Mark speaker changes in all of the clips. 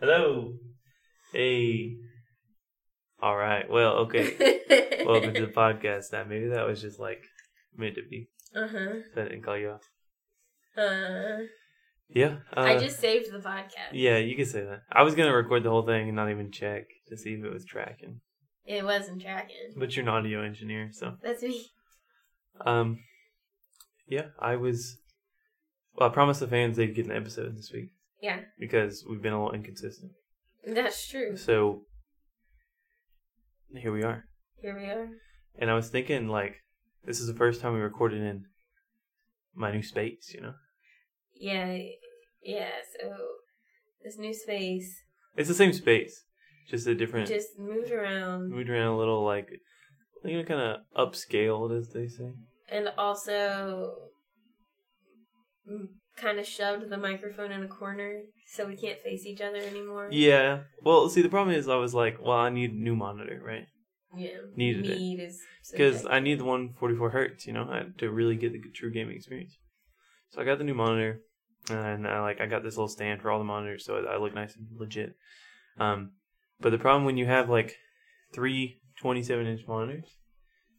Speaker 1: Hello. Hey. All right. Well, okay. Welcome to the podcast. Now, maybe that was just like meant to be.
Speaker 2: uh-huh.
Speaker 1: So I didn't call you out.
Speaker 2: Uh,
Speaker 1: Yeah. Uh,
Speaker 2: I just saved the podcast.
Speaker 1: Yeah, you can say that. I was gonna record the whole thing and not even check to see if it was tracking,
Speaker 2: It wasn't tracking.
Speaker 1: but you're an audio engineer, so
Speaker 2: That's me.
Speaker 1: um, yeah, I was. Well, I promised the fans they'd get an episode this week
Speaker 2: Yeah, Mm-hmm.
Speaker 1: because we've been a little inconsistent.
Speaker 2: that's true.
Speaker 1: So here we are.
Speaker 2: Here we are.
Speaker 1: And I was thinking, like, this is the first time we recorded in my new space, you know?
Speaker 2: Yeah, yeah. So this new space
Speaker 1: It's the same space, just a different.
Speaker 2: just moved around,
Speaker 1: moved around a little, like, you know, kind of upscaled, as they say.
Speaker 2: and also kind of shoved the microphone in a corner so we can't face each other anymore.
Speaker 1: Yeah. Well, see, the problem is, I was like, well, I need a new monitor, right?
Speaker 2: yeah.
Speaker 1: Needed it.
Speaker 2: Need is
Speaker 1: Because I need the 144 hertz, you know, I- to really get the true gaming experience. So I got the new monitor, and I like I got this little stand for all the monitors, so I look nice and legit. Um, but the problem when you have like three 27 inch monitors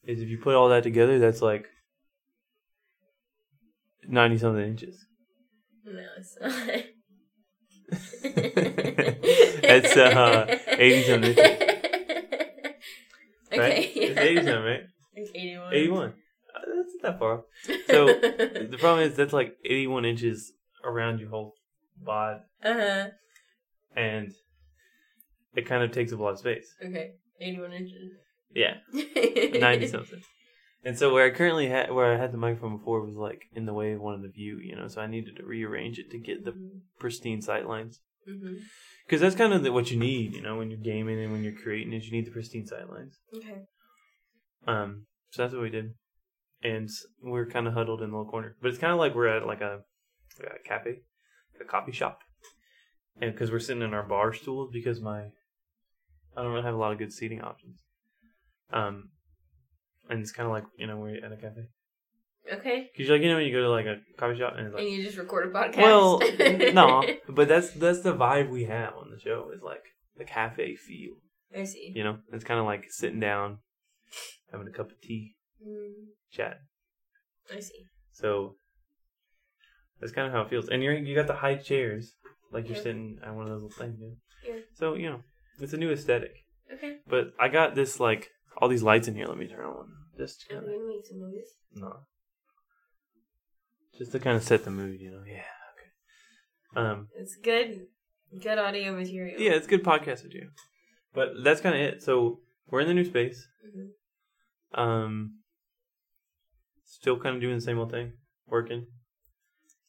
Speaker 1: is if you put all that together, that's like 90 something inches.
Speaker 2: no, it's not.
Speaker 1: It's, uh, 80 something, isn't Right?
Speaker 2: Okay.
Speaker 1: It's 80 something, right?
Speaker 2: It's 81.
Speaker 1: 81. Uh, That's not that far. So- The problem is that's like 81 inches around your whole bod.
Speaker 2: uh-huh.
Speaker 1: and it kind of takes up a lot of space.
Speaker 2: Okay. 81 inches.
Speaker 1: Yeah, ninety something. And so where I currently had where I had the microphone before was like in the way of one of the view, you know. So I needed to rearrange it to get the pristine sight lines
Speaker 2: hmm
Speaker 1: because that's kind of the, what you need, you know, when you're gaming and when you're creating is you need the pristine sight lines.
Speaker 2: Okay.
Speaker 1: Um, so that's what we did, and s- we were kind of huddled in the little corner. But it's kind of like we're at like a, like a cafe, a coffee shop, and because we're sitting in our bar stools because my, I don't really have a lot of good seating options. Um, and it's kind of like you know we're at a cafe
Speaker 2: Okay.
Speaker 1: because like you know when you go to like a coffee shop and it's
Speaker 2: And
Speaker 1: like
Speaker 2: you just record a podcast.
Speaker 1: well n- no but that's that's the vibe we have on the show is like the cafe feel
Speaker 2: I see.
Speaker 1: you know it's kind of like sitting down having a cup of tea
Speaker 2: Mm,
Speaker 1: chat
Speaker 2: I see.
Speaker 1: So that's kind of how it feels. And you're you got the high chairs, like you're
Speaker 2: Yeah.
Speaker 1: sitting on one of those little things. you know?
Speaker 2: Yeah.
Speaker 1: So you know, it's a new aesthetic.
Speaker 2: Okay.
Speaker 1: But I got this like all these lights in here. Let me turn on just to
Speaker 2: I'm
Speaker 1: kind of
Speaker 2: going to make some movies.
Speaker 1: no, just to kind of set the mood. You know, yeah, okay. Um,
Speaker 2: It's good, good audio material.
Speaker 1: yeah, it's good podcast to do. But that's kind of it. So we're in the new space.
Speaker 2: Mhm.
Speaker 1: Um, still kind of doing the same old thing, working,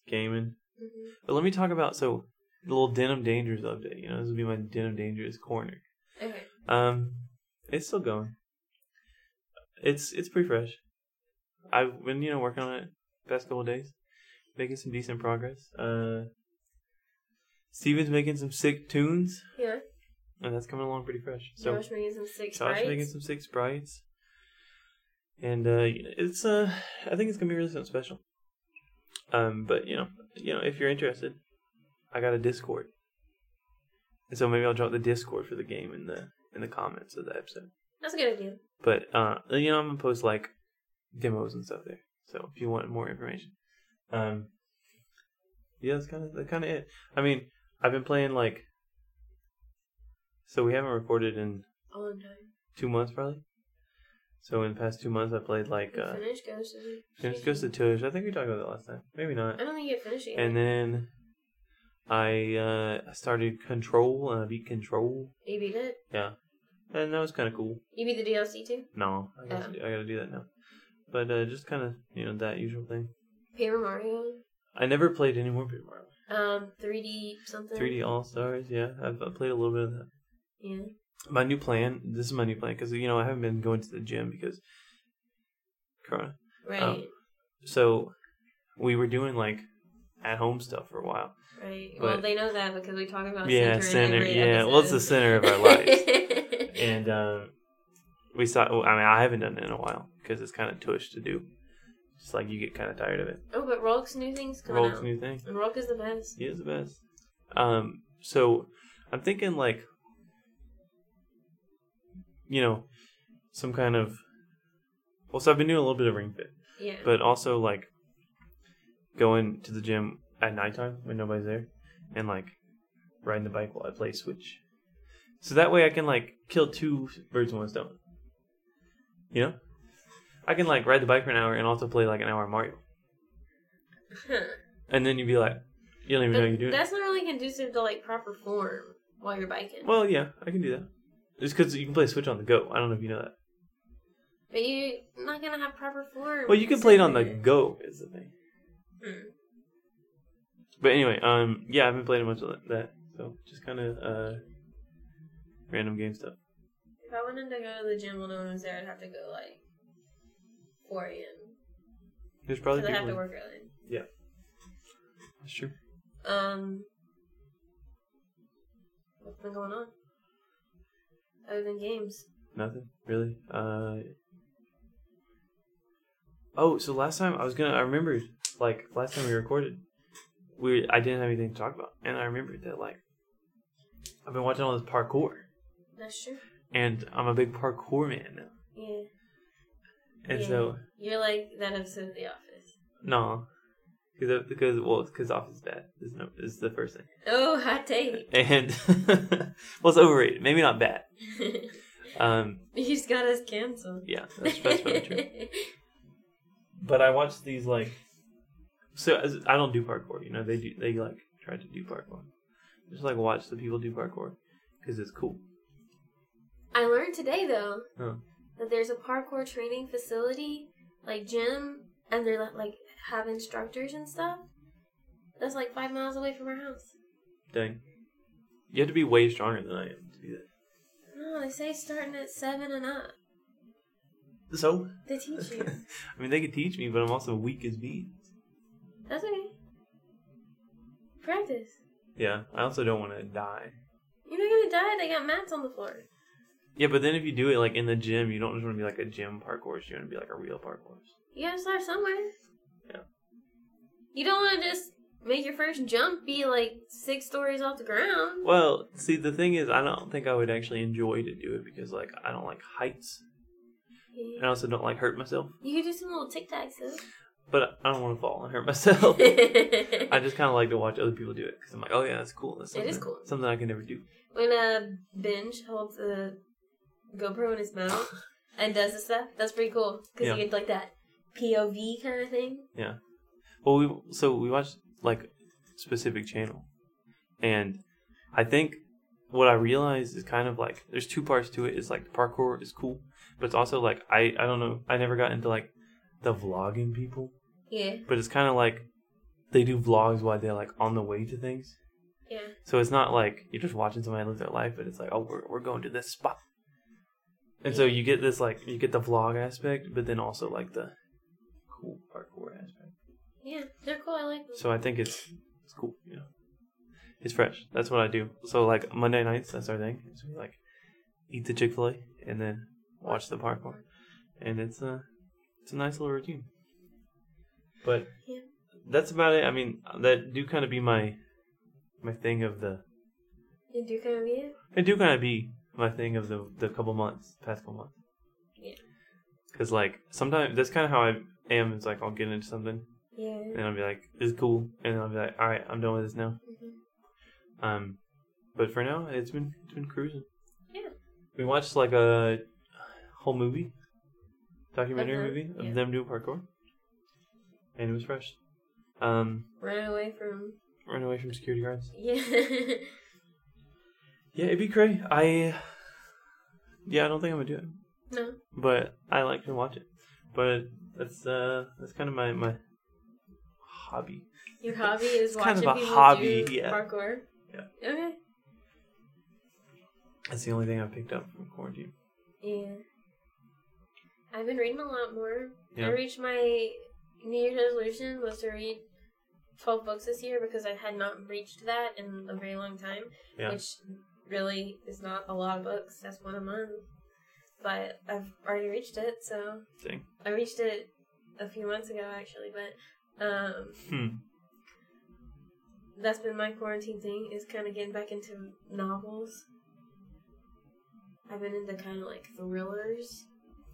Speaker 1: gaming.
Speaker 2: Mhm.
Speaker 1: But let me talk about so the little denim dangers update. You know, this will be my denim dangers corner.
Speaker 2: Okay.
Speaker 1: Um, it's still going. It's it's pretty fresh. I've been you know working on it past couple of days, making some decent progress. Uh, Steven's making some sick tunes,
Speaker 2: Yeah.
Speaker 1: and that's coming along pretty fresh. So
Speaker 2: Josh making some six
Speaker 1: Josh
Speaker 2: bites.
Speaker 1: making some sick sprites, and uh, it's uh, I think it's gonna be really something special. Um, but you know, you know, if you're interested, I got a Discord, and so maybe I'll drop the Discord for the game in the in the comments of the episode.
Speaker 2: That's a good idea.
Speaker 1: But uh, you know, I'm gonna post like demos and stuff there. So if you want more information, um, yeah, that's kind of that's kind of it. I mean, I've been playing like, so we haven't recorded in
Speaker 2: All in time.
Speaker 1: two months probably. So in the past two months, I played like
Speaker 2: We
Speaker 1: uh,
Speaker 2: finished Ghost of the-
Speaker 1: Finish Goes to Tush. I think we talked about that last time, maybe
Speaker 2: I
Speaker 1: not.
Speaker 2: don't think it finished yet.
Speaker 1: And then I uh, I started Control and I beat Control.
Speaker 2: you beat it.
Speaker 1: Yeah, and that was kind of cool.
Speaker 2: You beat the DLC too.
Speaker 1: No, I guess I gotta do that now. But uh, just kind of you know that usual thing.
Speaker 2: Paper Mario.
Speaker 1: I never played any more Paper Mario.
Speaker 2: Um, 3D something.
Speaker 1: 3D All Stars. Yeah, I've, I played a little bit of that.
Speaker 2: Yeah.
Speaker 1: my new plan this is my new plan because you know i haven't been going to the gym because corona
Speaker 2: Right.
Speaker 1: Oh. so we were doing like at home stuff for a while
Speaker 2: right.
Speaker 1: but-
Speaker 2: Well, they know that because we talk about
Speaker 1: yeah
Speaker 2: Oh, center. in
Speaker 1: center
Speaker 2: every
Speaker 1: yeah well it's the
Speaker 2: episode.
Speaker 1: center of our lives and um we saw i mean i haven't done it in a while because it's kind of tush to do just like you get kind of tired of it
Speaker 2: oh, but Rolk's new things coming
Speaker 1: Roll's
Speaker 2: out.
Speaker 1: new thing
Speaker 2: And Rolk is the best.
Speaker 1: he is the best um so I'm thinking like, you know, some kind of. Well, so I've been doing a little bit of Ring Fit,
Speaker 2: Yeah.
Speaker 1: but also like going to the gym at nighttime when nobody's there, and like riding the bike while I play Switch. So that way I can like kill two birds with one stone. You know, I can like ride the bike for an hour and also play like an hour of Mario,
Speaker 2: Huh.
Speaker 1: and then you'd be like, you don't even know
Speaker 2: But
Speaker 1: you're doing. it.
Speaker 2: that's not really conducive to like proper form while you're biking.
Speaker 1: Well, yeah, I can do that. It's because you can play Switch on the go. I don't know if you know that.
Speaker 2: but you're not gonna have proper form.
Speaker 1: Well, you can play it on the
Speaker 2: considering
Speaker 1: go is the thing.
Speaker 2: it.
Speaker 1: But anyway, um, yeah, I haven't played much of that, so just kind of uh, random game stuff.
Speaker 2: Hmm. If I wanted to go to the gym while no one was there, I'd have to go like 4 a.m.
Speaker 1: There's probably
Speaker 2: Because I have
Speaker 1: people.
Speaker 2: to work early.
Speaker 1: That's true.
Speaker 2: Um, what's been going on? Other than games.
Speaker 1: Nothing really. Uh. Oh, so last time I was gonna. I remembered like last time we recorded, we I didn't have anything to talk about, and I remembered that like I've been watching all this parkour,
Speaker 2: That's true.
Speaker 1: and I'm a big parkour man now,
Speaker 2: Yeah.
Speaker 1: and
Speaker 2: Yeah.
Speaker 1: so.
Speaker 2: You're like that episode of The Office.
Speaker 1: No, because because well, because Office is bad is no is the first thing,
Speaker 2: Oh, hot take.
Speaker 1: and well, it's overrated. Maybe not bad.
Speaker 2: you
Speaker 1: Um,
Speaker 2: just got us canceled.
Speaker 1: yeah, that's, that's probably true. But I watched these like, so as, I don't do parkour. You know, they do they like try to do parkour. Just like watch the people do parkour because it's cool.
Speaker 2: I learned today though
Speaker 1: Huh.
Speaker 2: that there's a parkour training facility, like gym, and they're like- like have instructors and stuff. That's like five miles away from our house.
Speaker 1: Dang, you have to be way stronger than I am to do
Speaker 2: No, Oh, they say starting at seven and up.
Speaker 1: that. So,
Speaker 2: They teach you.
Speaker 1: I mean, they could teach me, but I'm also weak as bees.
Speaker 2: That's okay. Practice.
Speaker 1: Yeah, I also don't want to die.
Speaker 2: You're not gonna die. They got mats on the floor.
Speaker 1: Yeah, but then if you do it like in the gym, you don't just want to be like a gym parkourist. You want to be like a real parkourist.
Speaker 2: You gotta start somewhere.
Speaker 1: Yeah.
Speaker 2: You don't want to just make your first jump be like six stories off the ground.
Speaker 1: Well, see, the thing is, I don't think I would actually enjoy to do it because like I don't like heights, and I also don't like hurt myself.
Speaker 2: You could do some little tic tacs
Speaker 1: But I don't want to fall and hurt myself.
Speaker 2: though.
Speaker 1: I just kind of like to watch other people do it because I'm like, oh yeah, that's cool. That's
Speaker 2: It is
Speaker 1: something-
Speaker 2: cool.
Speaker 1: Something I can never do.
Speaker 2: When uh, Binge holds the GoPro in his mouth and does the stuff, that's pretty cool. Because
Speaker 1: Yeah.
Speaker 2: you get like that POV kind of thing.
Speaker 1: Well, we so we watched like specific channel, and I think what I realized is kind of like there's two parts to it. It's like parkour is cool, but it's also like I I don't know I never got into like the vlogging people,
Speaker 2: Yeah,
Speaker 1: but it's kind of like they do vlogs while they're like on the way to things.
Speaker 2: yeah.
Speaker 1: So it's not like you're just watching somebody live their life, but it's like oh we're we're going to this spot, and so you get this like you get the vlog aspect, but then also like the cool parkour aspect.
Speaker 2: Yeah, they're cool. I like them.
Speaker 1: So I think it's it's cool, you know. It's fresh. That's what I do. So like Monday nights, that's our thing. So we like eat the Chick Fil A and then watch the parkour, and it's a it's a nice little routine. But
Speaker 2: Yeah.
Speaker 1: that's about it. I mean, that do kind of be my my thing of the
Speaker 2: You do kind of be it?
Speaker 1: it do kind of be my thing of the the couple months, past couple months.
Speaker 2: Yeah.
Speaker 1: Cause like sometimes that's kind of how I am. Is like I'll get into something
Speaker 2: Yeah.
Speaker 1: and I'll be like, "This is cool," and I'll be like, "All right, I'm done with this now."
Speaker 2: Mhm.
Speaker 1: Um, but for now, it's been it's been cruising.
Speaker 2: Yeah.
Speaker 1: We watched like a whole movie, documentary
Speaker 2: Uh-huh,
Speaker 1: movie of
Speaker 2: yeah.
Speaker 1: them doing parkour, and it was fresh. Um,
Speaker 2: Run away from.
Speaker 1: run away from security guards.
Speaker 2: Yeah.
Speaker 1: Yeah, it'd be great. I yeah, I don't think I'm gonna do it,
Speaker 2: no.
Speaker 1: but I like to watch it. But that's uh that's kind of my my hobby.
Speaker 2: Your hobby is
Speaker 1: It's
Speaker 2: watching
Speaker 1: kind of a
Speaker 2: people
Speaker 1: hobby,
Speaker 2: do
Speaker 1: yeah.
Speaker 2: parkour.
Speaker 1: Yeah.
Speaker 2: Okay.
Speaker 1: That's the only thing I picked up from quarantine.
Speaker 2: Yeah. I've been reading a lot more.
Speaker 1: Yeah.
Speaker 2: I reached my New Year's resolution was to read twelve books this year because I had not reached that in a very long time.
Speaker 1: Yeah.
Speaker 2: Which really is not a lot of books. That's one a month. But I've already reached it, so
Speaker 1: Dang.
Speaker 2: I reached it a few months ago actually, but um
Speaker 1: Hmm.
Speaker 2: that's been my quarantine thing is kind of getting back into novels. I've been into kind of like thrillers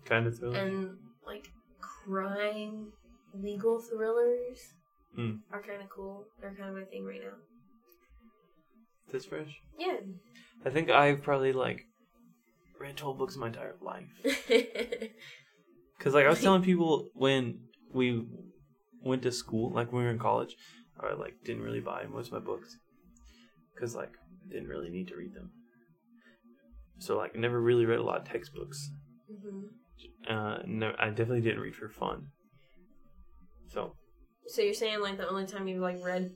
Speaker 1: Kind of thriller.
Speaker 2: and like crime, legal thrillers
Speaker 1: Mm.
Speaker 2: are kind of cool. They're kind of my thing right now.
Speaker 1: This fresh.
Speaker 2: Yeah.
Speaker 1: I think I've probably like read twelve books my entire life. Because like I was telling people when we went to school, like when we were in college, I like didn't really buy most of my books because like I didn't really need to read them. So like I never really read a lot of textbooks.
Speaker 2: hmm
Speaker 1: Uh, no, I definitely didn't read for fun. So
Speaker 2: So you're saying like the only time you've like read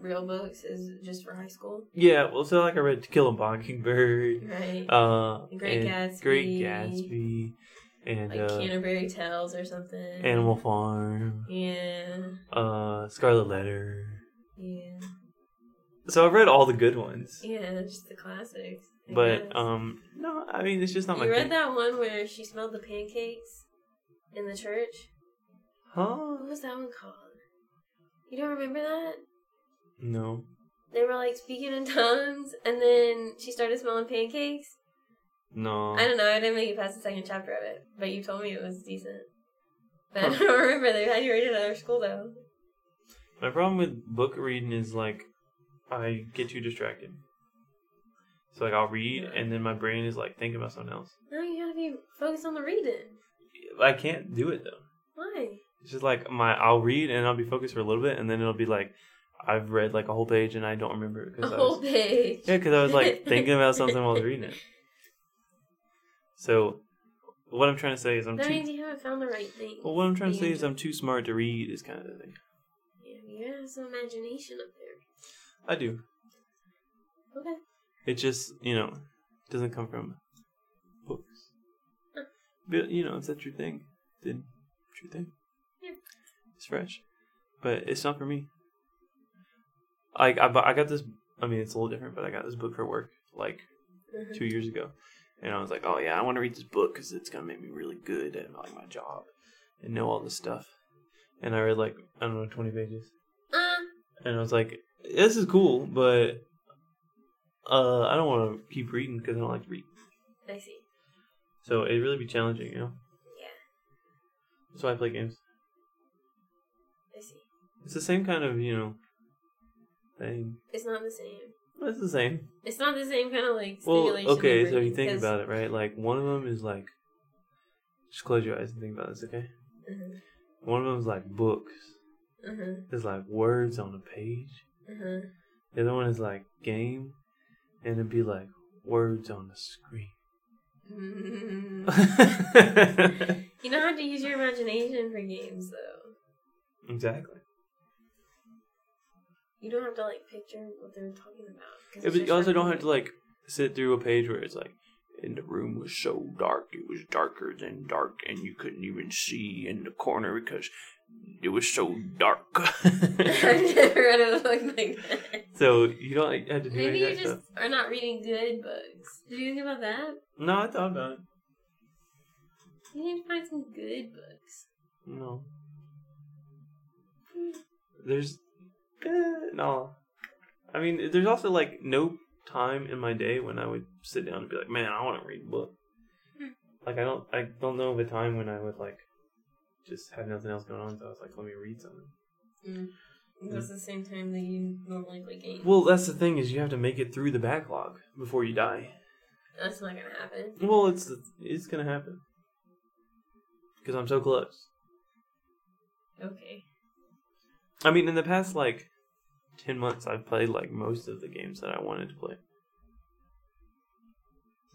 Speaker 2: real books is just for high school,
Speaker 1: yeah, well, so like I read To Kill a Mockingbird,
Speaker 2: right?
Speaker 1: uh,
Speaker 2: The Great
Speaker 1: and Great
Speaker 2: Gatsby.
Speaker 1: Gatsby, and
Speaker 2: like
Speaker 1: uh,
Speaker 2: Canterbury Tales or something.
Speaker 1: Animal Farm,
Speaker 2: Yeah.
Speaker 1: uh, Scarlet Letter.
Speaker 2: Yeah.
Speaker 1: So I've read all the good ones.
Speaker 2: Yeah. Just the classics. I
Speaker 1: But
Speaker 2: guess.
Speaker 1: um, no, I mean it's just not
Speaker 2: you
Speaker 1: my
Speaker 2: read
Speaker 1: thing.
Speaker 2: that one where she smelled the pancakes in the church.
Speaker 1: Huh?
Speaker 2: What was that one called? You don't remember that?
Speaker 1: No,
Speaker 2: They were like speaking in tongues, and then she started smelling pancakes.
Speaker 1: no.
Speaker 2: I don't know. I didn't make it past the second chapter of it, but you told me it was decent. But I don't remember they had you read it at our school though.
Speaker 1: My problem with book reading is like I get too distracted. So like I'll read
Speaker 2: Yeah.
Speaker 1: and then my brain is like thinking about something else.
Speaker 2: No, you gotta be focused on the reading.
Speaker 1: I can't do it though.
Speaker 2: Why?
Speaker 1: It's just like my I'll read and I'll be focused for a little bit and then it'll be like I've read like a whole page and I don't remember
Speaker 2: A
Speaker 1: because I
Speaker 2: whole
Speaker 1: was
Speaker 2: page.
Speaker 1: yeah because I was like thinking about something while I was reading it. So what I'm trying to say is I'm
Speaker 2: That
Speaker 1: too
Speaker 2: means you haven't found the right thing.
Speaker 1: well what I'm trying to
Speaker 2: that
Speaker 1: say
Speaker 2: you
Speaker 1: is I'm too smart to read is kind of the thing.
Speaker 2: Yeah, you gotta have some imagination up there.
Speaker 1: I do.
Speaker 2: Okay.
Speaker 1: It just, you know, doesn't come from books. But, you know, if that's your thing, then it's your thing.
Speaker 2: Yeah.
Speaker 1: It's fresh. But it's not for me. Like, I, bu- I got this, I mean, it's a little different, but I got this book for work like
Speaker 2: Mhm.
Speaker 1: two years ago. And I was like, oh, yeah, I want to read this book because it's going to make me really good at like my job and know all this stuff. And I read like, I don't know, 20 pages
Speaker 2: Uh,
Speaker 1: and I was like, "This is cool, but uh, I don't want to keep reading because I don't like to read."
Speaker 2: I see.
Speaker 1: So it'd really be challenging, you know.
Speaker 2: Yeah,
Speaker 1: That's why I play games.
Speaker 2: I see.
Speaker 1: It's the same kind of you know thing.
Speaker 2: It's not the same.
Speaker 1: It's the same.
Speaker 2: It's not the same kind of like
Speaker 1: Well,
Speaker 2: stimulation.
Speaker 1: okay. So you think about it, right? Like one of them is like, just close your eyes and think about this, okay?
Speaker 2: it.
Speaker 1: One of them is like books.
Speaker 2: Uh huh.
Speaker 1: It's like words on a page.
Speaker 2: Uh huh.
Speaker 1: The other one is like game, and it'd be like words on the
Speaker 2: Mm-hmm.
Speaker 1: screen.
Speaker 2: You know how to use your imagination for games, though.
Speaker 1: exactly.
Speaker 2: You don't have to like picture what they're talking about. 'cause
Speaker 1: Yeah,
Speaker 2: it's
Speaker 1: but
Speaker 2: just
Speaker 1: you also
Speaker 2: like-
Speaker 1: don't have to like sit through a page where it's like, and the room was so dark, it was darker than dark, and you couldn't even see in the corner because it was so dark.
Speaker 2: I've never read a book like that.
Speaker 1: so you don't like, have to do
Speaker 2: Maybe
Speaker 1: any
Speaker 2: you
Speaker 1: of that
Speaker 2: just
Speaker 1: stuff.
Speaker 2: are not reading good books. Did you think about that?
Speaker 1: No, I thought about it.
Speaker 2: You need to find some good books.
Speaker 1: No, there's eh, no. I mean, there's also like no time in my day when I would sit down and be like, man, I want to read a book.
Speaker 2: Hmm.
Speaker 1: Like I don't, I don't know of a time when I would like just have nothing else going on. So I was like, let me read something.
Speaker 2: That's the same time that you normally play games.
Speaker 1: Mm. Well, that's the thing is you have to make it through the backlog before you die.
Speaker 2: That's not gonna happen.
Speaker 1: Well, it's it's gonna happen because I'm so close.
Speaker 2: Okay.
Speaker 1: I mean, in the past like ten months, I've played like most of the games that I wanted to play.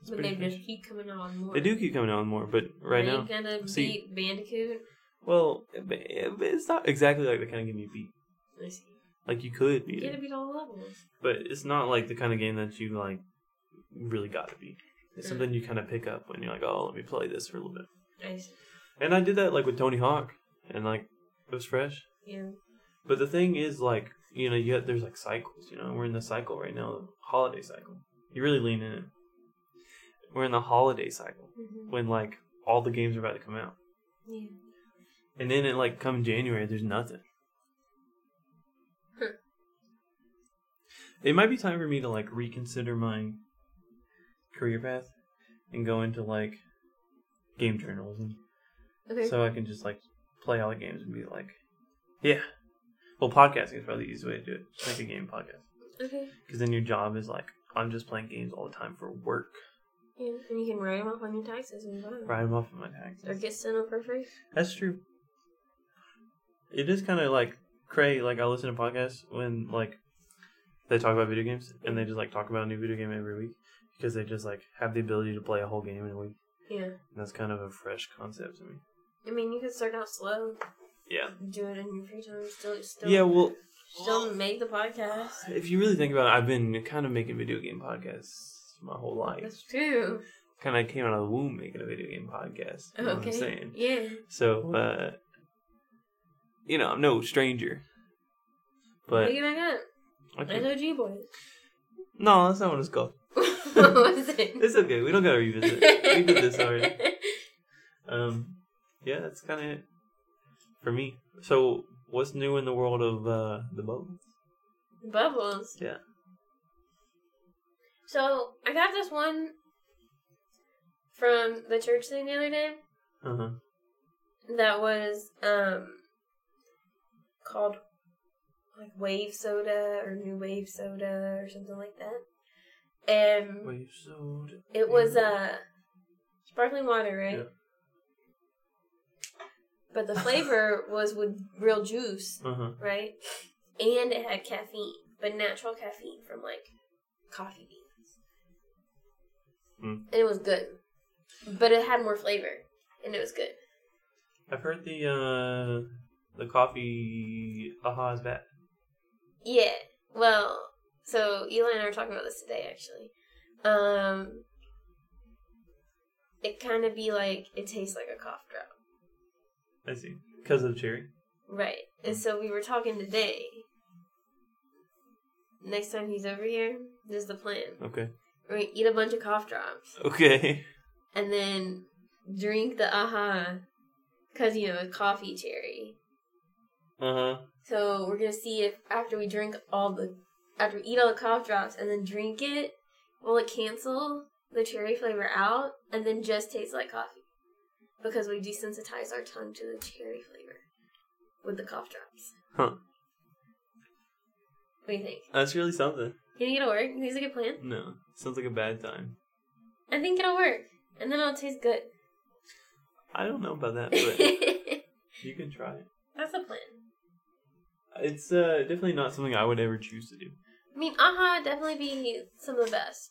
Speaker 1: It's
Speaker 2: But
Speaker 1: pretty
Speaker 2: they just
Speaker 1: fresh.
Speaker 2: keep coming out more.
Speaker 1: They do keep coming out with more, but right
Speaker 2: Are
Speaker 1: now,
Speaker 2: you gonna
Speaker 1: see.
Speaker 2: beat Bandicoot?
Speaker 1: well, it- it- it's not exactly like the kind of game you beat.
Speaker 2: I see.
Speaker 1: Like you could
Speaker 2: You
Speaker 1: beat
Speaker 2: gotta
Speaker 1: it,
Speaker 2: beat all the levels.
Speaker 1: but it's not like the kind of game that you like really got to beat. It's something you kind of pick up when you're like, oh, let me play this for a little bit.
Speaker 2: I see.
Speaker 1: And I did that like with Tony Hawk, and like it was fresh.
Speaker 2: Yeah.
Speaker 1: But the thing is, like you know, you have, there's like cycles. You know, we're in the cycle right now, the holiday cycle. You really lean in. it. We're in the holiday cycle
Speaker 2: hmm
Speaker 1: when like all the games are about to come out,
Speaker 2: Yeah.
Speaker 1: and then it like come January, there's nothing.
Speaker 2: Huh.
Speaker 1: It might be time for me to like reconsider my career path and go into like game journalism,
Speaker 2: Okay.
Speaker 1: so I can just like play all the games and be like, yeah. Well, podcasting is probably the easiest way to do it. Just make a game podcast
Speaker 2: okay.
Speaker 1: because then your job is like I'm just playing games all the time for work.
Speaker 2: Yeah. And you can write them off on your taxes and buy 'em.
Speaker 1: Write them off of my
Speaker 2: Or
Speaker 1: taxes.
Speaker 2: get sent them for free.
Speaker 1: That's true. It is kind of like cray. Like I listen to podcasts when like they talk about video games and they just like talk about a new video game every week because they just like have the ability to play a whole game in a week.
Speaker 2: Yeah.
Speaker 1: And that's kind of a fresh concept to me.
Speaker 2: I mean, you can start out slow.
Speaker 1: Yeah.
Speaker 2: Do it in your free time. Still, still,
Speaker 1: Yeah. Well,
Speaker 2: still make the podcast.
Speaker 1: if you really think about it, I've been kind of making video game podcasts my whole life.
Speaker 2: That's true.
Speaker 1: Kind of came out of the womb making a video game podcast. You know what I'm
Speaker 2: Okay.
Speaker 1: saying?
Speaker 2: Yeah.
Speaker 1: So, uh, you know, I'm no stranger. But
Speaker 2: Pick it back up.
Speaker 1: okay.
Speaker 2: SOG boys.
Speaker 1: no, that's not what it's called.
Speaker 2: what was it?
Speaker 1: It's okay. We don't gotta revisit. it. we did this already. Um, yeah, that's kind of it for me. So, what's new in the world of uh, the boat?
Speaker 2: Bubbles.
Speaker 1: Yeah.
Speaker 2: So I got this one from the church thing the other day
Speaker 1: Uh huh.
Speaker 2: that was um called like wave soda or new wave soda or something like that. And
Speaker 1: Wave soda.
Speaker 2: It was uh sparkling water, right?
Speaker 1: Yeah.
Speaker 2: But the flavor was with real juice,
Speaker 1: Uh huh.
Speaker 2: right? And it had caffeine, but natural caffeine from like coffee beans.
Speaker 1: Hmm.
Speaker 2: And it was good. But it had more flavor and it was good.
Speaker 1: I've heard the uh, the coffee aha is bad.
Speaker 2: Yeah. Well, so Eli and I were talking about this today actually. Um it kind of be like it tastes like a cough drop.
Speaker 1: I see. Because of cherry.
Speaker 2: Right. And so we were talking today. Next time he's over here, this is the plan.
Speaker 1: Okay.
Speaker 2: We're gonna eat a bunch of cough drops
Speaker 1: Okay.
Speaker 2: and then drink the aha, because you know, coffee cherry.
Speaker 1: Uh huh.
Speaker 2: So we're gonna see if after we drink all the, after we eat all the cough drops and then drink it, will it cancel the cherry flavor out and then just taste like coffee? Because we desensitize our tongue to the cherry flavor with the cough drops.
Speaker 1: Huh.
Speaker 2: What do you think?
Speaker 1: That's really something.
Speaker 2: You think it'll work? You think it's a good plan?
Speaker 1: No, sounds like a bad time.
Speaker 2: I think it'll work, and then it'll taste good.
Speaker 1: I don't know about that, but
Speaker 2: That's
Speaker 1: you can try it.
Speaker 2: a plan.
Speaker 1: It's uh, definitely not something I would ever choose to do.
Speaker 2: I mean, aha, definitely be some of the best,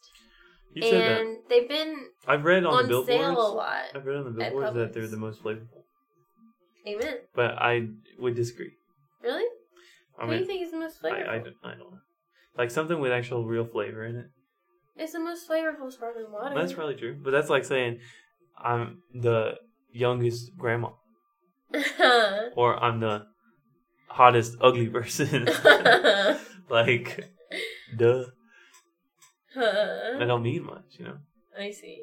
Speaker 1: You
Speaker 2: and
Speaker 1: said that.
Speaker 2: they've been
Speaker 1: I've read on, the
Speaker 2: on
Speaker 1: billboards.
Speaker 2: sale a lot.
Speaker 1: I've read on the billboards that they're
Speaker 2: Publix.
Speaker 1: the most flavorful,
Speaker 2: Amen.
Speaker 1: but I would disagree.
Speaker 2: Really?
Speaker 1: I
Speaker 2: Who do you
Speaker 1: mean,
Speaker 2: think is the most
Speaker 1: I,
Speaker 2: flavorful?
Speaker 1: I, don't, I don't know. Like something with actual real flavor in it.
Speaker 2: It's the most flavorful sparkling water.
Speaker 1: That's probably true, but that's like saying I'm the youngest grandma or I'm the hottest ugly person. like, duh. I
Speaker 2: I
Speaker 1: don't mean much, you know.
Speaker 2: see.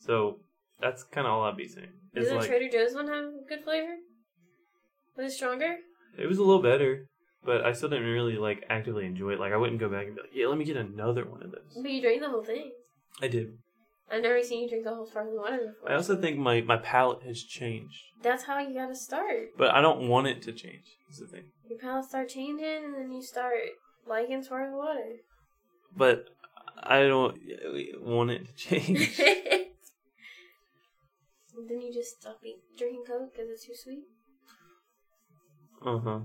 Speaker 1: So that's kind of all I'd be saying.
Speaker 2: Does
Speaker 1: It's
Speaker 2: the
Speaker 1: like
Speaker 2: Trader Joe's one have good flavor? Was it stronger?
Speaker 1: it was a little better, but I still didn't really like actively enjoy it. Like I wouldn't go back and be like, yeah, let me get another one of those.
Speaker 2: But you drank the whole thing.
Speaker 1: I did.
Speaker 2: I've never seen you drink the whole sparkling water before.
Speaker 1: I also think my my palate has changed,
Speaker 2: that's how you gotta start.
Speaker 1: but I don't want it to change. Is the thing.
Speaker 2: Your palate start changing, and then you start liking sparkling water.
Speaker 1: But I don't want it to change.
Speaker 2: then you just stop eat, drinking Coke because it's too sweet.
Speaker 1: uh huh.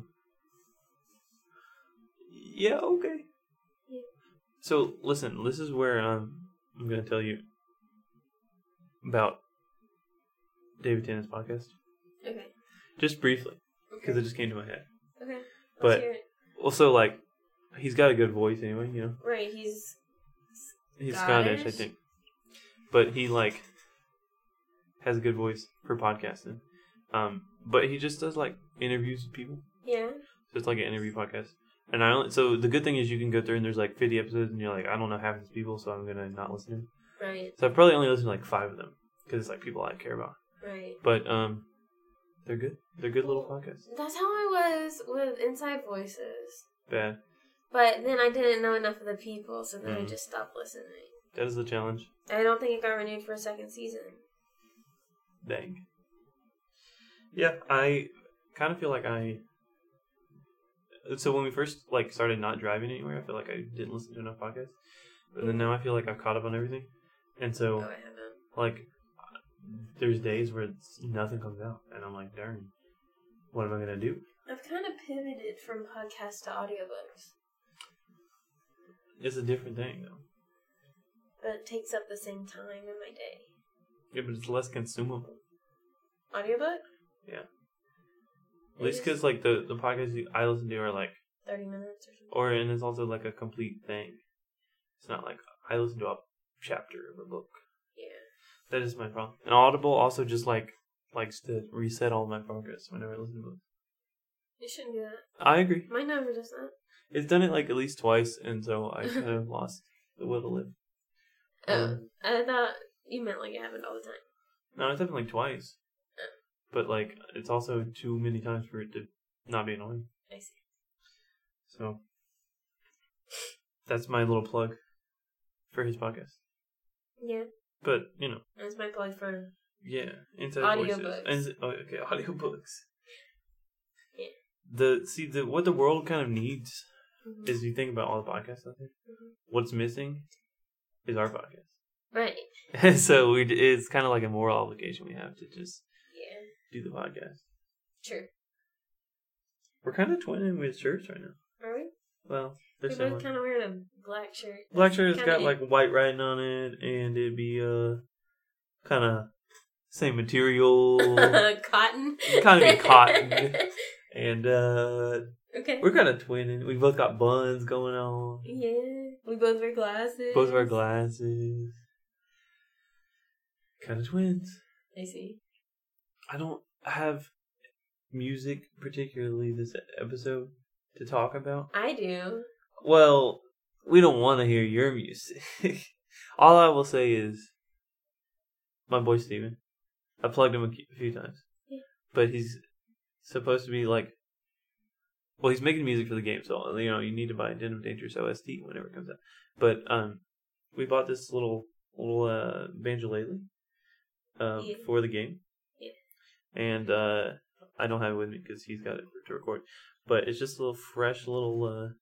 Speaker 1: Yeah. Okay.
Speaker 2: Yeah.
Speaker 1: So listen, this is where um, I'm going to tell you about David Tannen's podcast.
Speaker 2: Okay.
Speaker 1: just briefly because
Speaker 2: Okay.
Speaker 1: it just came to my head.
Speaker 2: okay.
Speaker 1: but-
Speaker 2: Let's hear it.
Speaker 1: Also, like he's got a good voice anyway. You know,
Speaker 2: Right, he's
Speaker 1: he's
Speaker 2: Scottish?
Speaker 1: Scottish, I think, but he like has a good voice for podcasting. Um, but he just does like interviews with people,
Speaker 2: yeah.
Speaker 1: so it's like an interview podcast. And I only so the good thing is you can go through and there's like 50 episodes, and you're like, I don't know half these people, so I'm gonna not listen to. Them.
Speaker 2: Right,
Speaker 1: So I probably only listened to like five of them because it's like people I care about.
Speaker 2: right.
Speaker 1: But um, they're good. They're good little podcasts.
Speaker 2: That's how I was with Inside Voices.
Speaker 1: Bad.
Speaker 2: But then I didn't know enough of the people, so then I
Speaker 1: Mm.
Speaker 2: just stopped listening.
Speaker 1: That is the challenge.
Speaker 2: I don't think it got renewed for a second season.
Speaker 1: Dang. Yeah, I kind of feel like I. So when we first like started not driving anywhere, I feel like I didn't listen to enough podcasts. But then now I feel like I've caught up on everything, and
Speaker 2: Oh,
Speaker 1: so
Speaker 2: I haven't.
Speaker 1: like there's days where it's, nothing comes out, and I'm like, darn, what am I gonna do?
Speaker 2: I've kind of pivoted from podcasts to audiobooks,
Speaker 1: It's a different thing though.
Speaker 2: but it takes up the same time in my day.
Speaker 1: Yeah, but it's less consumable.
Speaker 2: Audiobook?
Speaker 1: Yeah. At
Speaker 2: Maybe
Speaker 1: least because like the the podcasts you- I listen to are like,
Speaker 2: 30 minutes or something.
Speaker 1: or and it's also like a complete thing. It's not like I listen to a chapter of a book.
Speaker 2: Yeah.
Speaker 1: That is my problem. And Audible also just like likes to reset all my progress whenever I listen to books.
Speaker 2: You shouldn't do that.
Speaker 1: I agree.
Speaker 2: My number does not.
Speaker 1: It's done it like at least twice, and so I kind of lost the will to live.
Speaker 2: Oh,
Speaker 1: Um,
Speaker 2: I thought you meant like it happened all the time.
Speaker 1: No, it's happened like twice, but like it's also too many times for it to not be annoying.
Speaker 2: I see.
Speaker 1: So that's my little plug for his podcast.
Speaker 2: Yeah.
Speaker 1: But you know,
Speaker 2: That's my plug for
Speaker 1: yeah, inside voices.
Speaker 2: Audiobooks.
Speaker 1: Ins- oh, okay, audiobooks.
Speaker 2: Yeah.
Speaker 1: The see the what the world kind of needs
Speaker 2: Mm-hmm.
Speaker 1: is you think about all the podcasts out there.
Speaker 2: Mhm.
Speaker 1: What's missing is our podcast.
Speaker 2: Right.
Speaker 1: And so we d- it's kind of like a moral obligation we have to just
Speaker 2: Yeah.
Speaker 1: do the podcast.
Speaker 2: True.
Speaker 1: We're kind of twinning with shirts right now.
Speaker 2: Are we?
Speaker 1: Well,
Speaker 2: We
Speaker 1: they're
Speaker 2: both
Speaker 1: similar.
Speaker 2: kind of wearing a black shirt.
Speaker 1: Black shirt has
Speaker 2: kinda
Speaker 1: got
Speaker 2: it.
Speaker 1: like white writing on it, and it'd be uh kind of same material,
Speaker 2: cotton.
Speaker 1: Kinda be cotton. and uh
Speaker 2: okay.
Speaker 1: we're kind of twinning. We both got buns going on.
Speaker 2: yeah. We both wear glasses.
Speaker 1: Both wear glasses. Kind of twins.
Speaker 2: I see.
Speaker 1: I don't have music particularly this episode to talk about.
Speaker 2: I do.
Speaker 1: Well, we don't want to hear your music. All I will say is my boy Steven. I plugged him a cu- few times.
Speaker 2: Yeah.
Speaker 1: But he's supposed to be like well, he's making music for the game, so you know, you need to buy Den of Dangerous OST whenever it comes out. But um we bought this little little uh banjolele um
Speaker 2: Yeah.
Speaker 1: for the game.
Speaker 2: Yeah.
Speaker 1: And uh I don't have it with me because he's got it to record. But it's just a little fresh little uh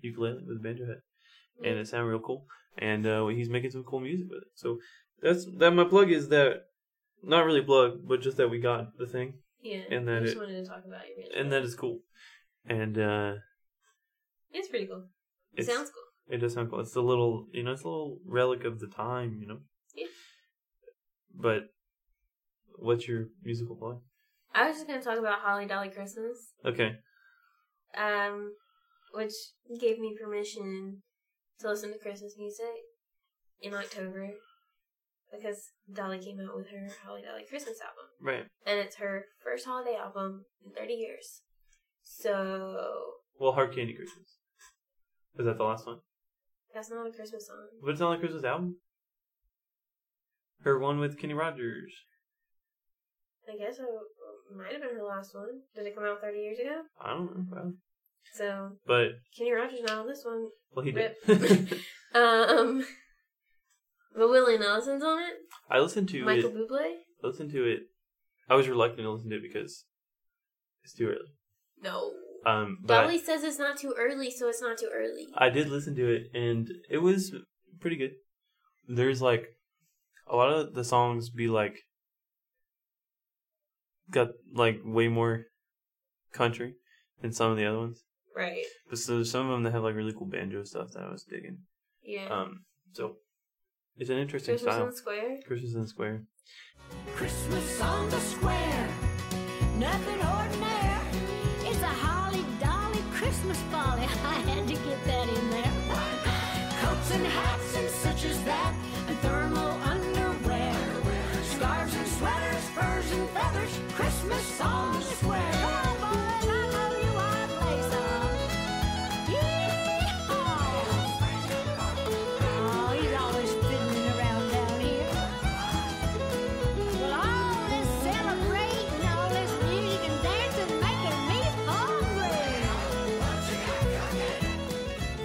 Speaker 1: ukulele with a banjo head, and it sounded real cool. And uh, he's making some cool music with it. So that's that. My plug is that not really a plug, but just that we got the thing,
Speaker 2: yeah.
Speaker 1: and
Speaker 2: I
Speaker 1: that
Speaker 2: just
Speaker 1: it-
Speaker 2: wanted to talk about your
Speaker 1: and that is cool. And uh,
Speaker 2: It's pretty cool.
Speaker 1: it's,
Speaker 2: Sounds cool.
Speaker 1: it does sound cool. It's a little you know, it's a little relic of the time, you know.
Speaker 2: Yeah.
Speaker 1: But what's your musical plug?
Speaker 2: I was just gonna talk about Holly Dolly Christmas,
Speaker 1: Okay,
Speaker 2: um, which gave me permission to listen to Christmas music in October because Dolly came out with her Holly Dolly Christmas album,
Speaker 1: right.
Speaker 2: and it's her first holiday album in thirty years. So
Speaker 1: Well, Hard Candy Christmas. Is that the last one?
Speaker 2: that's not a Christmas song.
Speaker 1: But it's not like Christmas album. Her one with Kenny Rogers.
Speaker 2: I guess it might have been her last one. Did it come out thirty years ago?
Speaker 1: I don't know, bro.
Speaker 2: So
Speaker 1: but
Speaker 2: Kenny Rogers not on this one.
Speaker 1: well, he did.
Speaker 2: Rip. Um, but Willie Nelson's on it.
Speaker 1: I listened to
Speaker 2: Michael
Speaker 1: it.
Speaker 2: Bublé.
Speaker 1: I listened to it. I was reluctant to listen to it because it's too early.
Speaker 2: No.
Speaker 1: Um, but
Speaker 2: Dolly says it's not too early, so it's not too early.
Speaker 1: I did listen to it, and it was pretty good. There's like a lot of the songs be like got like way more country than some of the other ones.
Speaker 2: Right.
Speaker 1: But so there's some of them that have like really cool banjo stuff that I was digging.
Speaker 2: Yeah.
Speaker 1: Um, so it's an interesting
Speaker 2: Christmas
Speaker 1: style.
Speaker 2: in the Square.
Speaker 1: Christmas in the Square.
Speaker 3: Christmas on the square. Nothing ordinary. It's a holly dolly Christmas folly. I had to get that in there. Coats and hats and such as that, and thermal underwear. Scarves and sweaters, furs and feathers. Christmas on the square. Oh, boys, I know you are lazy. Oh, he's always fiddling around down here. Well, all this celebrating, all this music and dancing making me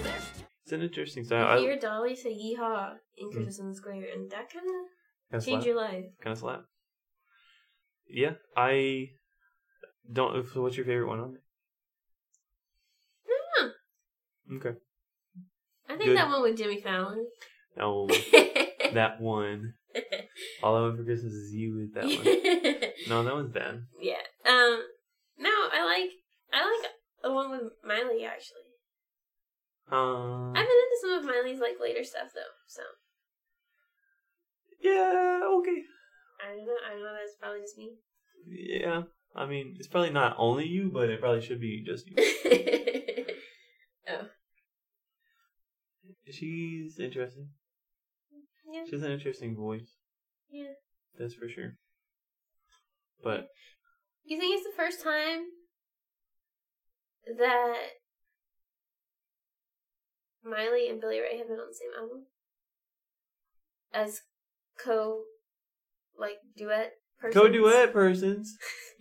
Speaker 3: hungry.
Speaker 1: It's an interesting
Speaker 2: You
Speaker 1: style. I, Mm.
Speaker 2: hear Dolly say yeehaw in Christmas in the Square, and that kind of
Speaker 1: kinda
Speaker 2: changed
Speaker 1: slap,
Speaker 2: your life.
Speaker 1: kind of slap. Yeah, I don't. so What's your favorite one on
Speaker 2: I don't know.
Speaker 1: there? Okay.
Speaker 2: I think
Speaker 1: Good.
Speaker 2: that one with Jimmy Fallon.
Speaker 1: No, that one. All I want for Christmas is you with that one. No, that one's bad.
Speaker 2: yeah. Um. No, I like I like the one with Miley actually.
Speaker 1: Um,
Speaker 2: I've been into some of Miley's like later stuff though, so
Speaker 1: yeah, okay.
Speaker 2: I don't know. I don't know. That's probably just me.
Speaker 1: Yeah, I mean, it's probably not only you, but it probably should be just you. She's interesting.
Speaker 2: yeah.
Speaker 1: She has an interesting voice.
Speaker 2: Yeah.
Speaker 1: That's for sure. But
Speaker 2: You think it's the first time that Miley and Billy Ray have been on the same album as co like duet persons?
Speaker 1: co duet persons.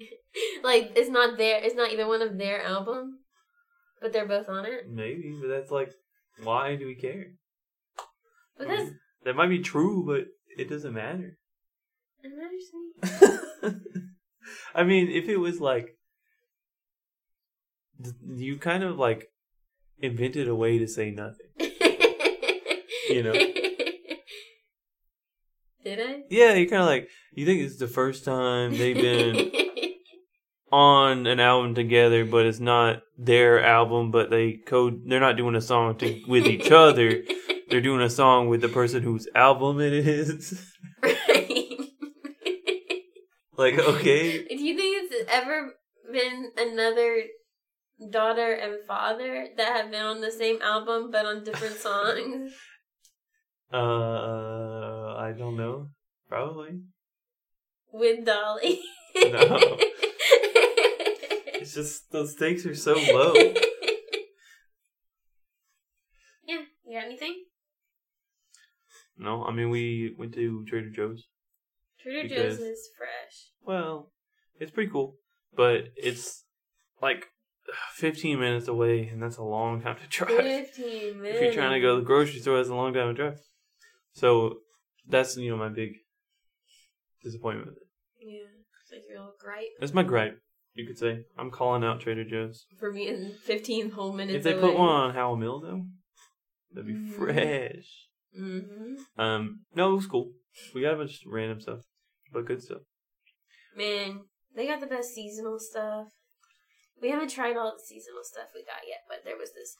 Speaker 2: like it's not their it's not either one of their album, but they're both on it
Speaker 1: Maybe, but that's like, why do we care? I mean,
Speaker 2: because
Speaker 1: that might be true, but it doesn't matter.
Speaker 2: it matters to me.
Speaker 1: I mean, if it was like, th- you kind of like invented a way to say nothing. You know?
Speaker 2: Did I?
Speaker 1: Yeah, you're kind of like, you think it's the first time they've been on an album together, but it's not their album, but they code, they're not doing a song to, with each other. They're doing a song with the person whose album it is.
Speaker 2: right.
Speaker 1: like, okay.
Speaker 2: Do you think it's ever been another daughter and father that have been on the same album but on different songs?
Speaker 1: Uh, I don't know. Probably.
Speaker 2: With Dolly.
Speaker 1: No. It's just, the stakes are so low.
Speaker 2: yeah, you got anything?
Speaker 1: No, I mean, we went to Trader Joe's.
Speaker 2: Trader
Speaker 1: Because-
Speaker 2: Joe's is fresh.
Speaker 1: Well, it's pretty cool, but it's like 15 minutes away, and that's a long time to drive.
Speaker 2: 15 minutes.
Speaker 1: if you're trying to go to the grocery store, that's a long time to drive. So that's, you know, my big disappointment.
Speaker 2: Yeah, it's like your little gripe
Speaker 1: That's my gripe, you could say. I'm calling out Trader Joe's.
Speaker 2: for being 15 whole minutes
Speaker 1: if they put one on Howell Mill, though, that'd be
Speaker 2: Mm.
Speaker 1: fresh.
Speaker 2: Mm-hmm.
Speaker 1: Um, no, it was cool. We got a bunch of random stuff, but good stuff.
Speaker 2: Man, they got the best seasonal stuff. We haven't tried all the seasonal stuff we got yet, but there was this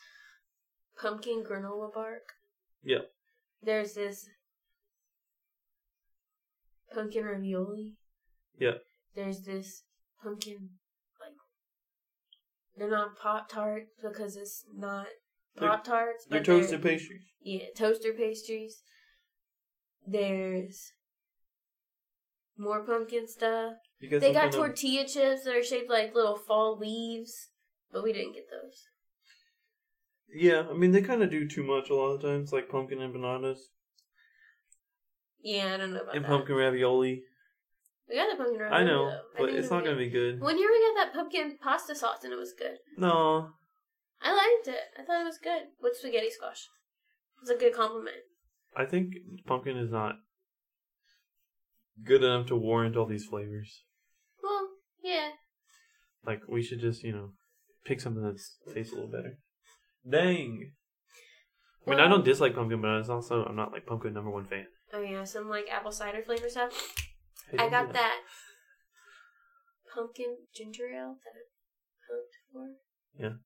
Speaker 2: pumpkin granola bark.
Speaker 1: Yeah.
Speaker 2: There's this pumpkin ravioli.
Speaker 1: Yeah.
Speaker 2: There's this pumpkin like they're not pop tart because it's not
Speaker 1: They're-
Speaker 2: pop tarts.
Speaker 1: They're toasted pastries.
Speaker 2: Yeah, toaster pastries. There's more pumpkin stuff.
Speaker 1: You guys
Speaker 2: They
Speaker 1: don't
Speaker 2: got
Speaker 1: know-
Speaker 2: tortilla chips that are shaped like little fall leaves, but we didn't get those.
Speaker 1: Yeah, I mean they kind of do too much a lot of times, like pumpkin and bananas
Speaker 2: Yeah, I don't know about
Speaker 1: and
Speaker 2: that.
Speaker 1: pumpkin ravioli.
Speaker 2: We got the pumpkin ravioli.
Speaker 1: I know,
Speaker 2: though.
Speaker 1: but it's not gonna be good.
Speaker 2: One year we got that pumpkin pasta sauce and it was good.
Speaker 1: No,
Speaker 2: I liked it. I thought it was good with spaghetti squash. It's a good compliment.
Speaker 1: I think pumpkin is not good enough to warrant all these flavors.
Speaker 2: Well, yeah.
Speaker 1: Like we should just you know pick something that tastes a little better. Dang. I mean, I
Speaker 2: Well-
Speaker 1: don't dislike pumpkin, but it's also I'm not like pumpkin number one fan.
Speaker 2: Oh yeah, some like apple cider flavor stuff.
Speaker 1: Hey,
Speaker 2: I
Speaker 1: don't
Speaker 2: got
Speaker 1: do
Speaker 2: that pumpkin ginger ale that I hoped for.
Speaker 1: Yeah.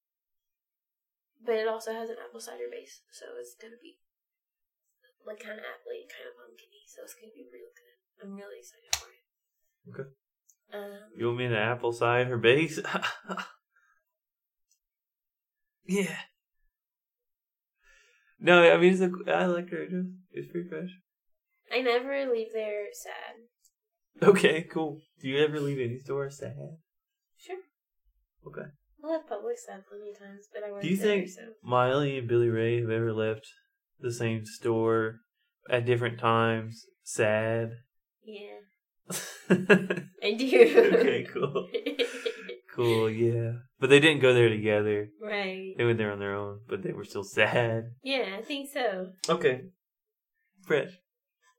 Speaker 2: But it also has an apple cider base, so it's gonna be like kind of apple kind of pumpkiny, so it's gonna be real good. I'm really excited for it.
Speaker 1: Okay.
Speaker 2: Um,
Speaker 1: You want me to apple cider base? yeah. No, I mean, it's a, I like her. It's pretty fresh.
Speaker 2: I never leave there sad.
Speaker 1: Okay, cool. Do you ever leave any store sad?
Speaker 2: Sure.
Speaker 1: Okay.
Speaker 2: I left public sad plenty of times, but I worked
Speaker 1: Do you
Speaker 2: there,
Speaker 1: think
Speaker 2: so.
Speaker 1: Miley and Billy Ray have ever left the same store at different times sad?
Speaker 2: Yeah,
Speaker 1: okay,
Speaker 2: I do.
Speaker 1: cool. cool, yeah. But they didn't go there together.
Speaker 2: Right.
Speaker 1: They went there on their own, but they were still sad.
Speaker 2: Yeah, I think so.
Speaker 1: Okay. Fred.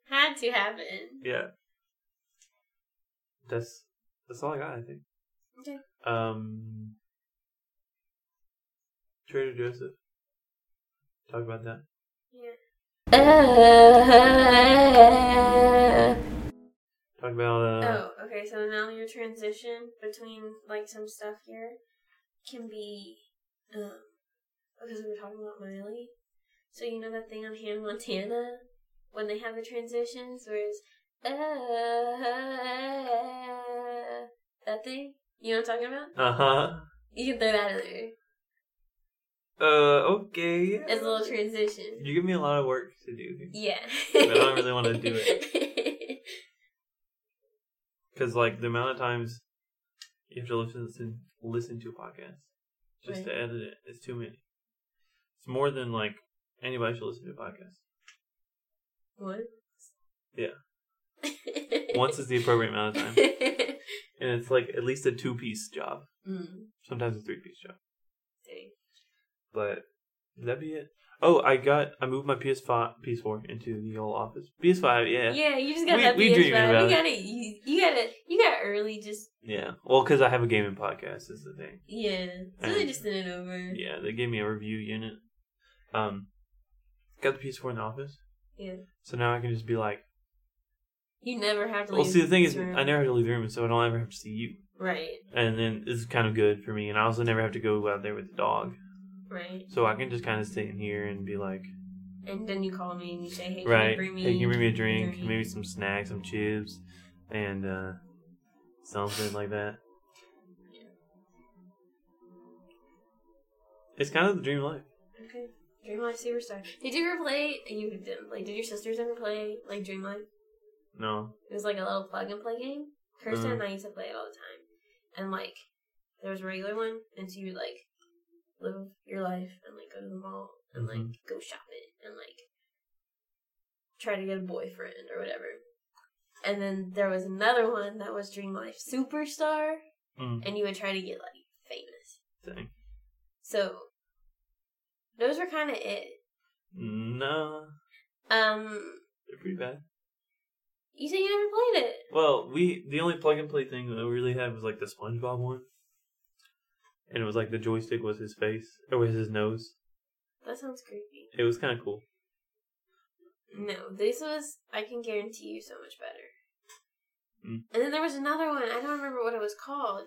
Speaker 2: Had to happen.
Speaker 1: Yeah. That's that's all I got, I think.
Speaker 2: Okay.
Speaker 1: Um Trader Joseph. Talk about that.
Speaker 2: Oh, Yeah.
Speaker 1: Talk about uh
Speaker 2: Oh, okay. So now your transition between like some stuff here can be um, because we were talking about Miley. So you know that thing on Hannah Montana when they have the transitions, where it's uh, that thing. You know what I'm talking about?
Speaker 1: Uh-huh.
Speaker 2: You can throw that in there.
Speaker 1: Uh okay.
Speaker 2: It's a little transition.
Speaker 1: You give me a lot of work to do here.
Speaker 2: Yeah.
Speaker 1: I don't really wanna do
Speaker 2: it.
Speaker 1: Because like the amount of times you have to listen listen, listen to a podcast just to edit it, it's too many. It's more than like anybody should listen to a podcast.
Speaker 2: What?
Speaker 1: Yeah. Once is the appropriate amount of time, and it's like at least a two piece job,
Speaker 2: Mm,
Speaker 1: sometimes a three piece job.
Speaker 2: dang.
Speaker 1: But that'd be it. Oh, I got I moved my PS5 PS4 into the old office. PS5, yeah, yeah.
Speaker 2: Yeah, you just got
Speaker 1: We-
Speaker 2: that
Speaker 1: we
Speaker 2: PS5.
Speaker 1: dreaming about
Speaker 2: you
Speaker 1: it.
Speaker 2: gotta, you, you gotta, you gotta early just
Speaker 1: Well, because I have a gaming podcast is the thing.
Speaker 2: yeah. So they
Speaker 1: And-
Speaker 2: just sent it over.
Speaker 1: Yeah, they gave me a review unit. Um, got the PS4 in the office.
Speaker 2: Yeah.
Speaker 1: So now I can just be like,
Speaker 2: You never have to.
Speaker 1: well,
Speaker 2: leave
Speaker 1: see, the thing
Speaker 2: this
Speaker 1: is,
Speaker 2: room.
Speaker 1: I never have to leave the room, so I don't ever have to see you.
Speaker 2: Right,
Speaker 1: And then it's kind of good for me, and I also never have to go out there with the dog,
Speaker 2: right.
Speaker 1: so I can just kind of stay in here and be like,
Speaker 2: And then you call me and you say, "Hey, can
Speaker 1: right,
Speaker 2: you bring me?
Speaker 1: hey, can you bring me a drink,
Speaker 2: drink?
Speaker 1: maybe some snacks, some chips, and uh, something like that. It's kind of the dream life.
Speaker 2: Okay. Dream Life Superstar. Did you ever play? You didn't play. Did your sisters ever play like Dream Life?
Speaker 1: No,
Speaker 2: It was like a little plug and play game. Kirsten
Speaker 1: Mhm.
Speaker 2: and I used to play it all the time. And like, there was a regular one, and so you would like live your life and like go to the mall and like go shopping and like try to get a boyfriend or whatever. And then there was another one that was Dream Life Superstar,
Speaker 1: mm.
Speaker 2: and you would try to get like famous.
Speaker 1: dang,
Speaker 2: So those were kind of it.
Speaker 1: no,
Speaker 2: Um,
Speaker 1: they're pretty bad.
Speaker 2: you said you never played it.
Speaker 1: Well, we the only plug and play thing that we really had was like the SpongeBob one, and it was like the joystick was his face or was his nose.
Speaker 2: That sounds creepy.
Speaker 1: It was kind of cool.
Speaker 2: No, this was I can guarantee you so much better.
Speaker 1: Mm.
Speaker 2: And then there was another one, I don't remember what it was called,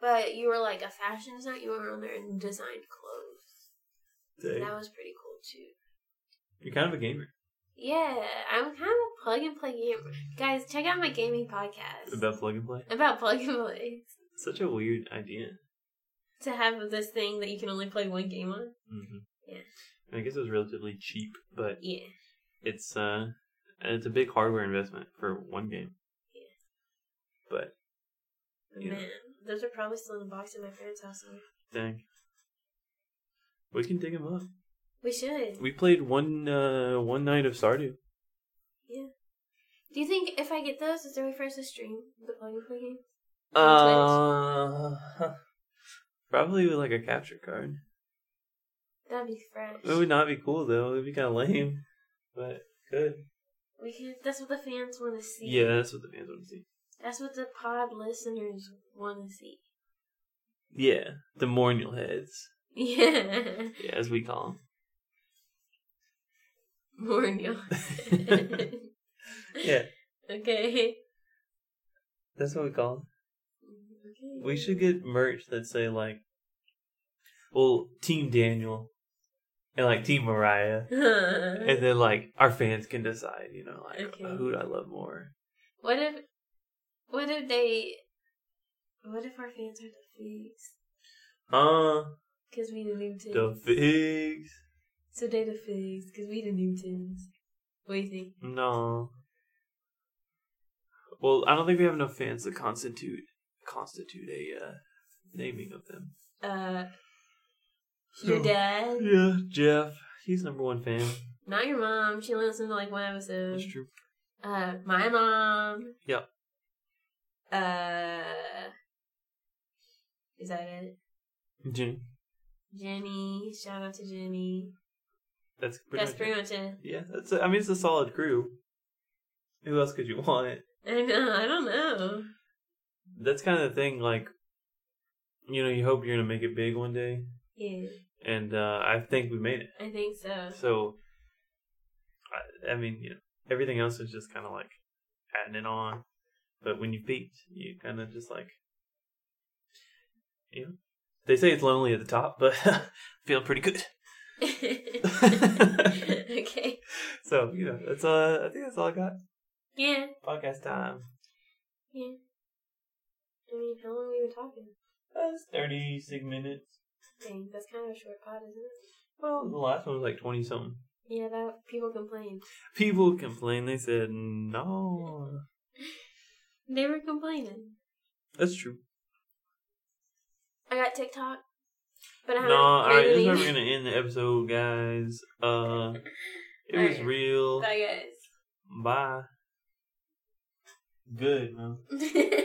Speaker 2: but you were like a fashion designer, you were on there and designed clothes.
Speaker 1: Dang.
Speaker 2: That was pretty cool too.
Speaker 1: You're kind of a gamer
Speaker 2: Yeah, I'm kind of a plug and play gamer. Guys, check out my gaming podcast
Speaker 1: about plug and play.
Speaker 2: about plug and plays.
Speaker 1: Such a weird idea.
Speaker 2: To have this thing that you can only play one game on.
Speaker 1: hmm
Speaker 2: Yeah.
Speaker 1: I guess it was relatively cheap, but
Speaker 2: Yeah.
Speaker 1: it's uh, it's a big hardware investment for one game.
Speaker 2: Yeah.
Speaker 1: But Yeah.
Speaker 2: Man, those are probably still in a box at my parents' house somewhere.
Speaker 1: dang, we can dig him up.
Speaker 2: We should.
Speaker 1: We played one uh one night of Stardew.
Speaker 2: Do you think if I get those, is there a first to stream the plug and play game?
Speaker 1: Uh, probably with like a capture card.
Speaker 2: That'd be fresh.
Speaker 1: It would not be cool though. It'd be kind of lame, but good.
Speaker 2: We could, that's what the fans want to see.
Speaker 1: Yeah, that's what the fans want to see.
Speaker 2: That's what the pod listeners want to see.
Speaker 1: Yeah, the Mornil heads,
Speaker 2: Yeah.
Speaker 1: yeah, as we call
Speaker 2: More new.
Speaker 1: them. yeah,
Speaker 2: okay.
Speaker 1: that's what we call them. We should get merch that say like, well, Team Daniel, and like Team Mariah,
Speaker 2: Huh.
Speaker 1: and then like our fans can decide. You know, like
Speaker 2: Okay.
Speaker 1: who do I love more?
Speaker 2: What if, what if they, what if our fans are the figs?
Speaker 1: Uh,
Speaker 2: Because we the Newtons.
Speaker 1: the figs.
Speaker 2: So they the figs, because we the Newtons. What do you think?
Speaker 1: No. Well, I don't think we have enough fans to constitute constitute a uh, naming of them.
Speaker 2: Uh, your dad?
Speaker 1: Yeah, Jeff. He's number one fan.
Speaker 2: Not your mom. She only listened to like one episode.
Speaker 1: That's true.
Speaker 2: Uh, my mom.
Speaker 1: Yep.
Speaker 2: Uh, Is that it?
Speaker 1: Jenny.
Speaker 2: Jenny. Shout out to Jenny.
Speaker 1: That's pretty much
Speaker 2: That's pretty
Speaker 1: it.
Speaker 2: much it.
Speaker 1: Yeah, that's. A, I mean, it's a solid crew. Who else could you want?
Speaker 2: I know. I don't know.
Speaker 1: That's kind of the thing. Like, you know, you hope you're gonna make it big one day,
Speaker 2: Yeah,
Speaker 1: and uh, I think we made it.
Speaker 2: I think so.
Speaker 1: So, I, I mean, you know, everything else is just kind of like adding it on. But when you peaked, you kind of just like, you know, they say it's lonely at the top, but feel pretty good.
Speaker 2: okay.
Speaker 1: So you know, that's uh, I think that's all I got.
Speaker 2: Yeah.
Speaker 1: Podcast time.
Speaker 2: Yeah. I mean, how long have we been talking?
Speaker 1: That's thirty six minutes.
Speaker 2: Dang, that's kind of a short pod, isn't it?
Speaker 1: Well, the last one was like twenty something.
Speaker 2: Yeah, that people complained.
Speaker 1: People complained. They said no.
Speaker 2: They were complaining.
Speaker 1: That's true.
Speaker 2: I got TikTok, but
Speaker 1: No,
Speaker 2: I haven't.
Speaker 1: all right. That's
Speaker 2: really-
Speaker 1: where we're gonna end the episode, guys. Uh, it was
Speaker 2: Alright.
Speaker 1: real.
Speaker 2: Bye,
Speaker 1: Bye. Good man.
Speaker 2: guys.